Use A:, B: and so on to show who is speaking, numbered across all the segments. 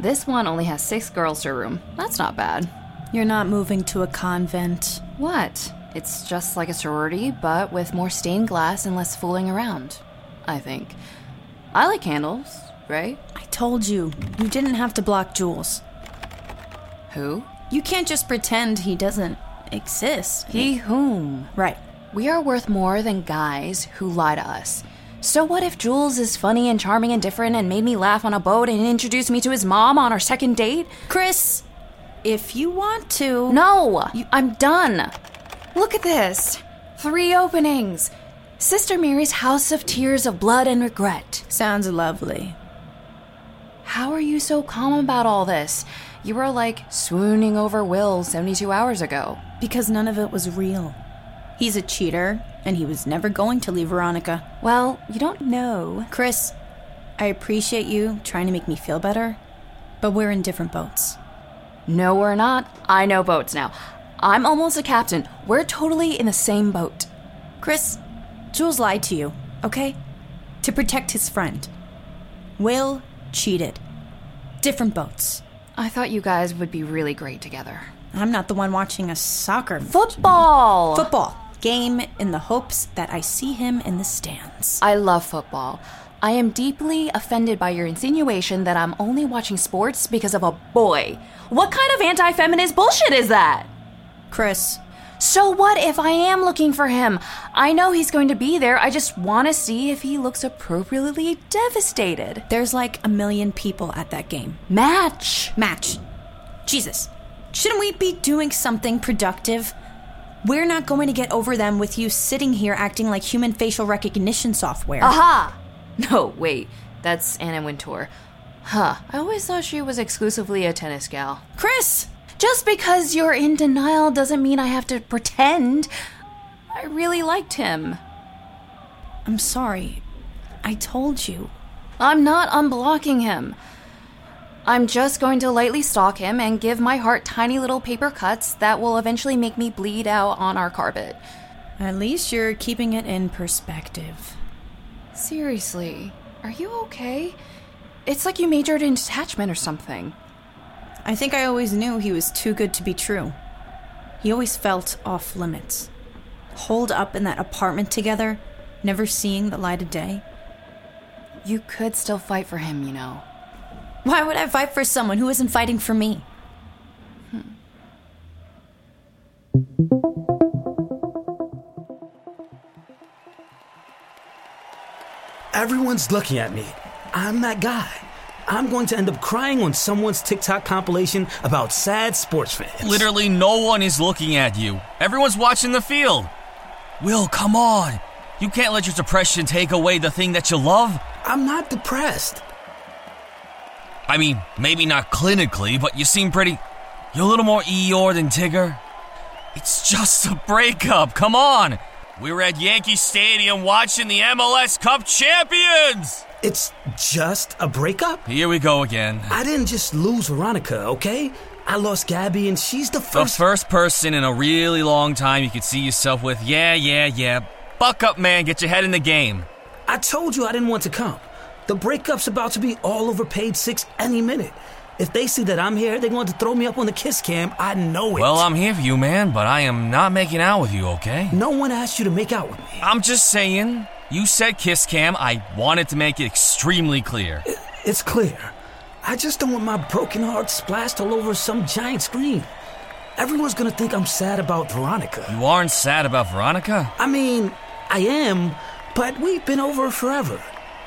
A: This one only has six girls to room. That's not bad.
B: You're not moving to a convent.
A: What? It's just like a sorority, but with more stained glass and less fooling around. I think. I like candles, right?
B: I told you, you didn't have to block Jules.
A: Who?
B: You can't just pretend he doesn't exist.
A: He whom?
B: Right.
A: We are worth more than guys who lie to us. So what if Jules is funny and charming and different and made me laugh on a boat and introduced me to his mom on our second date?
B: Chris, if you want to.
A: No! I'm done! Look at this! Three openings! Sister Mary's House of Tears of Blood and Regret.
B: Sounds lovely.
A: How are you so calm about all this? You were like swooning over Will 72 hours ago.
B: Because none of it was real. He's a cheater, and he was never going to leave Veronica.
A: Well, you don't know.
B: Chris, I appreciate you trying to make me feel better, but we're in different boats.
A: No, we're not. I know boats now. I'm almost a captain. We're totally in the same boat.
B: Chris, Jules lied to you, okay? To protect his friend. Will cheated. Different boats.
A: I thought you guys would be really great together.
B: I'm not the one watching a soccer
A: Football!
B: football game in the hopes that I see him in the stands.
A: I love football. I am deeply offended by your insinuation that I'm only watching sports because of a boy. What kind of anti feminist bullshit is that?
B: Chris,
A: So, what if I am looking for him? I know he's going to be there. I just want to see if he looks appropriately devastated.
B: there's like a million people at that game.
A: Match!
B: Match. Jesus. Shouldn't we be doing something productive? We're not going to get over them with you sitting here acting like human facial recognition software.
A: Aha! No, wait. That's Anna Wintour. Huh. I always thought she was exclusively a tennis gal.
B: Chris!
A: Just because you're in denial doesn't mean I have to pretend. I really liked him.
B: I'm sorry. I told you.
A: I'm not unblocking him. I'm just going to lightly stalk him and give my heart tiny little paper cuts that will eventually make me bleed out on our carpet.
B: At least you're keeping it in perspective.
A: Seriously, are you okay? It's like you majored in detachment or something.
B: I think I always knew he was too good to be true. He always felt off limits. Holed up in that apartment together, never seeing the light of day.
A: You could still fight for him, you know.
B: Why would I fight for someone who isn't fighting for me?
C: Everyone's looking at me. I'm that guy. I'm going to end up crying on someone's TikTok compilation about sad sports fans.
D: Literally, no one is looking at you. Everyone's watching the field. Will, come on. You can't let your depression take away the thing that you love.
C: I'm not depressed.
D: I mean, maybe not clinically, but you seem pretty. You're a little more Eeyore than Tigger. It's just a breakup. Come on. We were at Yankee Stadium watching the MLS Cup champions.
C: It's just a breakup.
D: Here we go again.
C: I didn't just lose Veronica, okay? I lost Gabby, and she's the
D: The
C: first.
D: first person in a really long time you could see yourself with. Yeah, yeah, yeah. Buck up, man. Get your head in the game.
C: I told you I didn't want to come. The breakup's about to be all over page six any minute. If they see that I'm here, they're going to throw me up on the kiss cam. I know it.
D: Well, I'm here for you, man, but I am not making out with you, okay?
C: No one asked you to make out with me.
D: I'm just saying, you said kiss cam. I wanted to make it extremely clear.
C: It's clear. I just don't want my broken heart splashed all over some giant screen. Everyone's gonna think I'm sad about Veronica.
D: You aren't sad about Veronica?
C: I mean, I am, but we've been over it forever.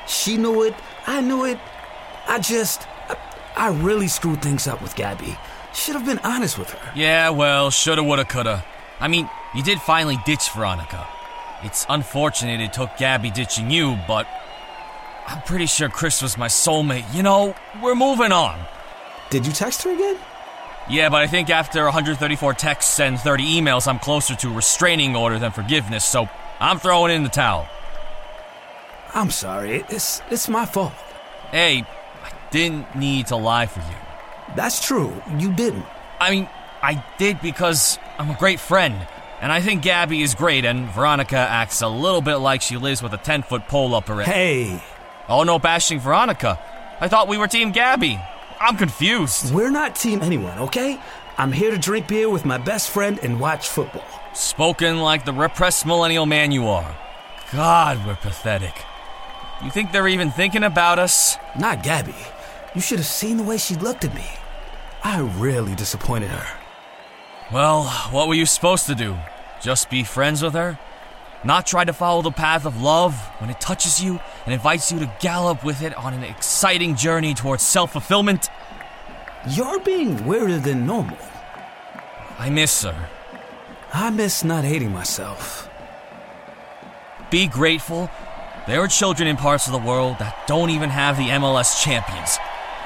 C: She knew it, I knew it. I just. I, I really screwed things up with Gabby. Should have been honest with her.
D: Yeah, well, shoulda, woulda, coulda. I mean, you did finally ditch Veronica. It's unfortunate it took Gabby ditching you, but I'm pretty sure Chris was my soulmate. You know, we're moving on.
C: Did you text her again?
D: Yeah, but I think after 134 texts and 30 emails, I'm closer to restraining order than forgiveness, so I'm throwing in the towel.
C: I'm sorry. It's, it's my fault.
D: Hey, I didn't need to lie for you.
C: That's true. You didn't.
D: I mean, I did because I'm a great friend, and I think Gabby is great, and Veronica acts a little bit like she lives with a 10 foot pole up her head.
C: Hey,
D: Oh, no bashing Veronica. I thought we were Team Gabby. I'm confused.
C: We're not team anyone, okay? I'm here to drink beer with my best friend and watch football.
D: Spoken like the repressed millennial man you are. God, we're pathetic. You think they're even thinking about us?
C: Not Gabby. You should have seen the way she looked at me. I really disappointed her.
D: Well, what were you supposed to do? Just be friends with her? Not try to follow the path of love when it touches you and invites you to gallop with it on an exciting journey towards self fulfillment?
C: You're being weirder than normal.
D: I miss her.
C: I miss not hating myself.
D: Be grateful there are children in parts of the world that don't even have the MLS champions,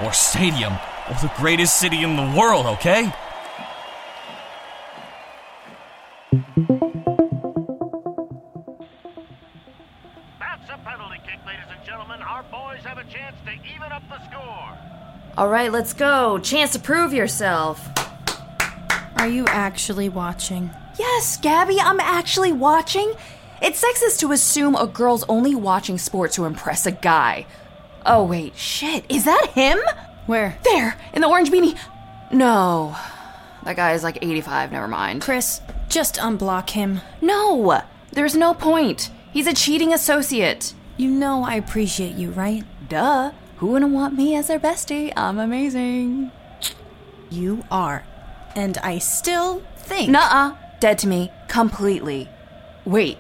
D: or stadium, or the greatest city in the world, okay?
E: That's a penalty kick, ladies and gentlemen. Our boys have a chance to even up the score.
A: All right, let's go. Chance to prove yourself.
B: Are you actually watching?
A: Yes, Gabby, I'm actually watching. It's sexist to assume a girl's only watching sport to impress a guy. Oh, wait, shit. Is that him?
B: Where?
A: There, in the orange beanie. No. That guy is like 85, never mind.
B: Chris, just unblock him.
A: No! There's no point. He's a cheating associate.
B: You know I appreciate you, right?
A: Duh. Who wouldn't want me as their bestie? I'm amazing.
B: You are. And I still think.
A: Nuh uh. Dead to me. Completely. Wait.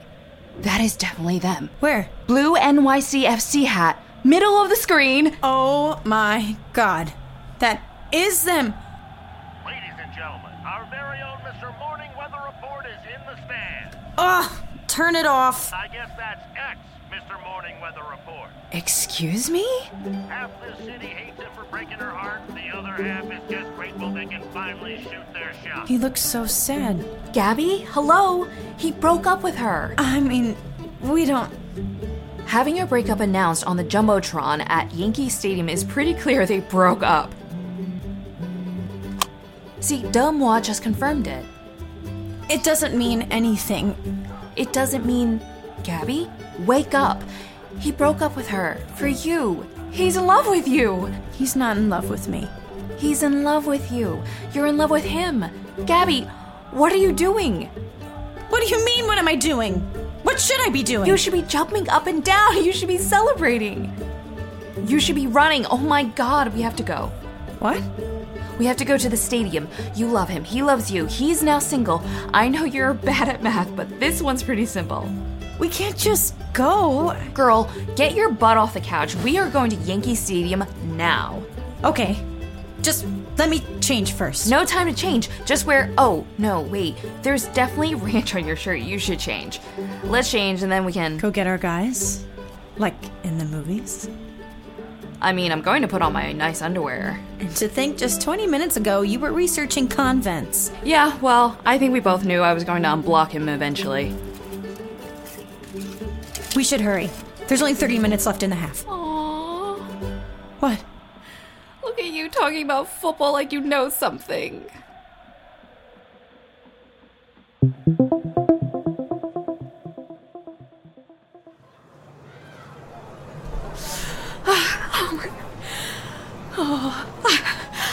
A: That is definitely them.
B: Where?
A: Blue NYCFC hat, middle of the screen.
B: Oh my god. That is them.
E: Ladies and gentlemen, our very own Mr. Morning Weather Report is in the stand.
B: Ugh, turn it off.
E: I guess that's X, Mr. Morning Weather Report.
A: Excuse me?
E: Half the city hates him for breaking her heart. The other half is just grateful they can finally shoot their shot.
B: He looks so sad.
A: Gabby, hello? He broke up with her.
B: I mean, we don't.
A: Having a breakup announced on the Jumbotron at Yankee Stadium is pretty clear they broke up. See, Dumois just confirmed it.
B: It doesn't mean anything.
A: It doesn't mean, Gabby, wake up. He broke up with her for you. He's in love with you.
B: He's not in love with me.
A: He's in love with you. You're in love with him. Gabby, what are you doing?
B: What do you mean, what am I doing? What should I be doing?
A: You should be jumping up and down. You should be celebrating. You should be running. Oh my god, we have to go.
B: what?
A: We have to go to the stadium. You love him. He loves you. He's now single. I know you're bad at math, but this one's pretty simple.
B: We can't just go.
A: Girl, get your butt off the couch. We are going to Yankee Stadium now.
B: Okay. Just let me change first.
A: No time to change. Just wear. Oh, no, wait. There's definitely ranch on your shirt. You should change. Let's change and then we can.
B: Go get our guys. Like in the movies.
A: I mean, I'm going to put on my nice underwear.
B: And to think just 20 minutes ago you were researching convents.
A: Yeah, well, I think we both knew I was going to unblock him eventually.
B: We should hurry. There's only 30 minutes left in the half.
A: Aww.
B: What?
A: Look at you talking about football like you know something.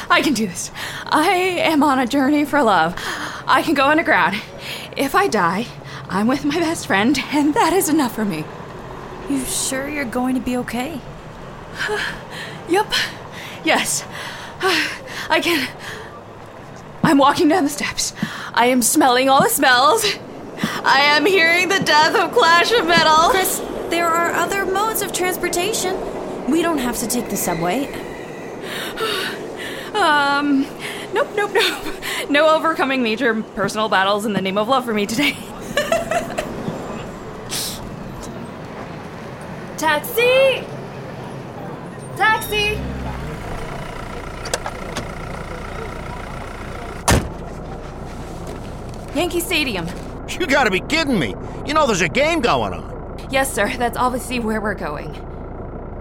A: I can do this. I am on a journey for love. I can go underground. If I die, I'm with my best friend, and that is enough for me.
B: You sure you're going to be okay?
A: Yep. Yes. I can. I'm walking down the steps. I am smelling all the smells. I am hearing the death of Clash of Metal.
B: Chris, there are other modes of transportation. We don't have to take the subway.
A: Um, nope, nope, nope. No overcoming major personal battles in the name of love for me today. Taxi! Taxi! Yankee Stadium.
F: You gotta be kidding me. You know there's a game going on.
A: Yes, sir, that's obviously where we're going.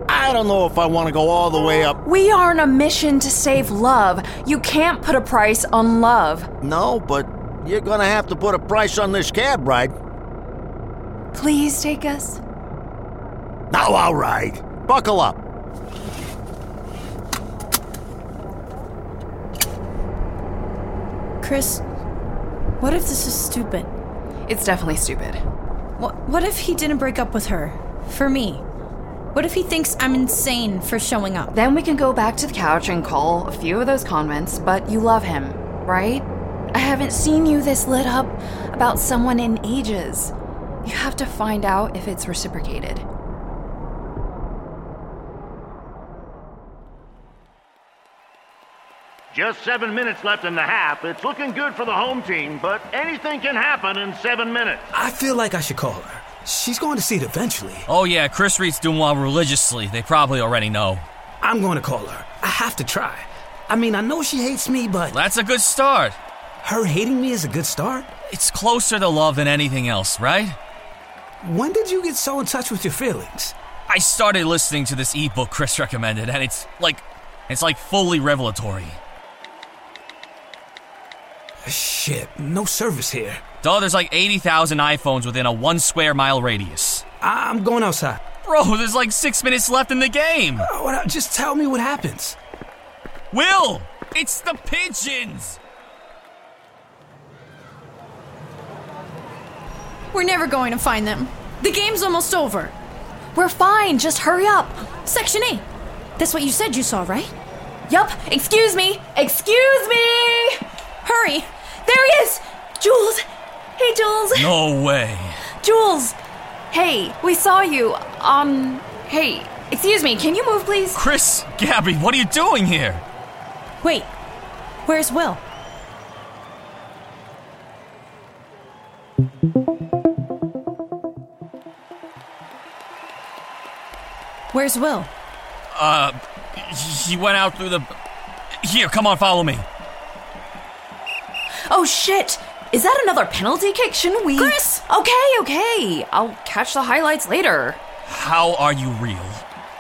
F: I don't know if I wanna go all the way up.
A: We are on a mission to save love. You can't put a price on love.
F: No, but you're gonna have to put a price on this cab ride.
A: Please take us.
F: Now, all right. Buckle up.
B: Chris, what if this is stupid?
A: It's definitely stupid.
B: What, what if he didn't break up with her? For me? What if he thinks I'm insane for showing up?
A: Then we can go back to the couch and call a few of those convents, but you love him, right? I haven't seen you this lit up about someone in ages. You have to find out if it's reciprocated.
E: Just seven minutes left in the half. It's looking good for the home team, but anything can happen in seven minutes.
C: I feel like I should call her. She's going to see it eventually.
D: Oh, yeah, Chris reads Dumois religiously. They probably already know.
C: I'm going to call her. I have to try. I mean, I know she hates me, but
D: That's a good start.
C: her hating me is a good start.
D: It's closer to love than anything else, right?
C: When did you get so in touch with your feelings?
D: I started listening to this ebook Chris recommended, and it's like. It's like fully revelatory.
C: Shit, no service here.
D: Though there's like 80,000 iPhones within a one square mile radius.
C: I- I'm going outside.
D: Bro, there's like six minutes left in the game.
C: Oh, what- Just tell me what happens.
D: Will, it's the pigeons.
B: We're never going to find them. The game's almost over.
A: We're fine, just hurry up.
B: Section 8. That's what you said you saw, right?
A: Yup, excuse me, excuse me!
B: Hurry!
A: There he is! Jules! Hey, Jules!
D: No way.
A: Jules! Hey, we saw you.
B: uh,
A: Um, hey, excuse me, can you move, please?
D: Chris, Gabby, what are you doing here?
B: Wait. Where's Will? Where's Will?
D: He went out through the. Here, come on, follow me.
A: Oh, shit! Is that another penalty kick? Shouldn't we?
B: Chris!
A: Okay, okay. I'll catch the highlights later.
D: How are you real?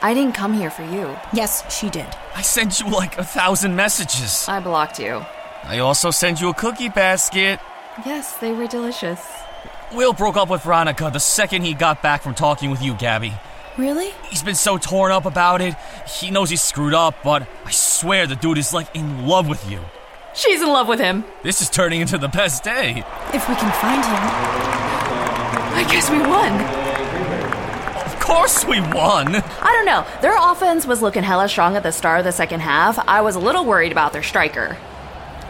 A: I didn't come here for you.
B: Yes, she did.
D: I sent you like a thousand messages.
A: I blocked you.
D: I also sent you a cookie basket.
A: Yes, they were delicious.
D: Will broke up with Veronica the second he got back from talking with you, Gabby.
B: Really?
D: He's been so torn up about it. He knows he screwed up, but I swear the dude is like in love with you.
A: She's in love with him.
D: This is turning into the best day.
B: If we can find him.
A: I guess we won.
D: Of course we won.
A: I don't know. Their offense was looking hella strong at the start of the second half. I was a little worried about their striker.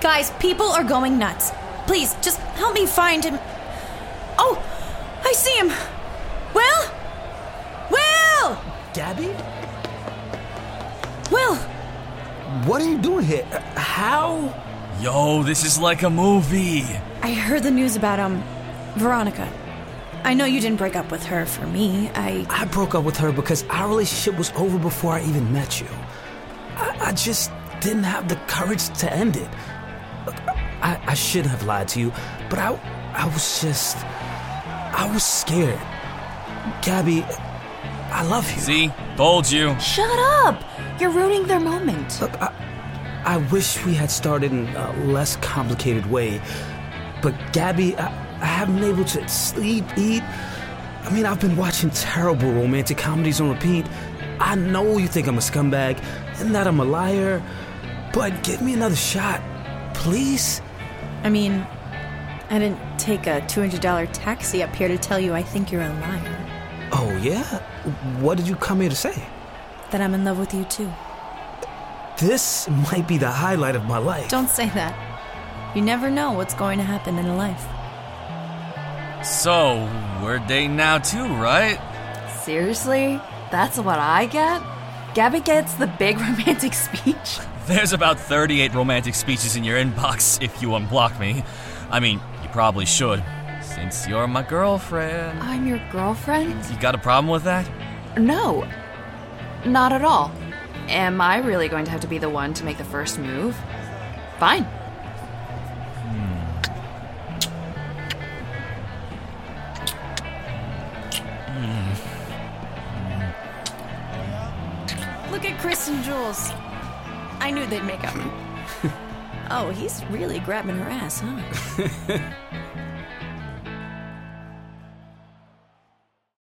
B: Guys, people are going nuts. Please, just help me find him. Oh, I see him. Will? Will!
C: Gabby?
B: Will!
C: What are you doing here? Uh, How?
D: Yo, this is like a movie.
B: I heard the news about, um, Veronica. I know you didn't break up with her for me. I.
C: I broke up with her because our relationship was over before I even met you. I, I just didn't have the courage to end it. Look, I, I shouldn't have lied to you, but I, I was just. I was scared. Gabby, I love you.
D: See, told you.
A: Shut up! You're ruining their moment.
C: Look, I, I wish we had started in a less complicated way, but Gabby, I, I haven't been able to sleep, eat. I mean, I've been watching terrible romantic comedies on repeat. I know you think I'm a scumbag and that I'm a liar, but give me another shot, please.
B: I mean, I didn't take a $200 taxi up here to tell you I think you're a liar.
C: Oh, yeah? What did you come here to say?
B: That I'm in love with you too.
C: This might be the highlight of my life.
B: Don't say that. You never know what's going to happen in a life.
D: So, we're dating now too, right?
A: Seriously? That's what I get? Gabby gets the big romantic speech?
D: There's about 38 romantic speeches in your inbox if you unblock me. I mean, you probably should, since you're my girlfriend.
A: I'm your girlfriend?
D: You got a problem with that?
A: No. Not at all. Am I really going to have to be the one to make the first move? Fine.
B: Look at Chris and Jules. I knew they'd make up. oh, he's really grabbing her ass, huh?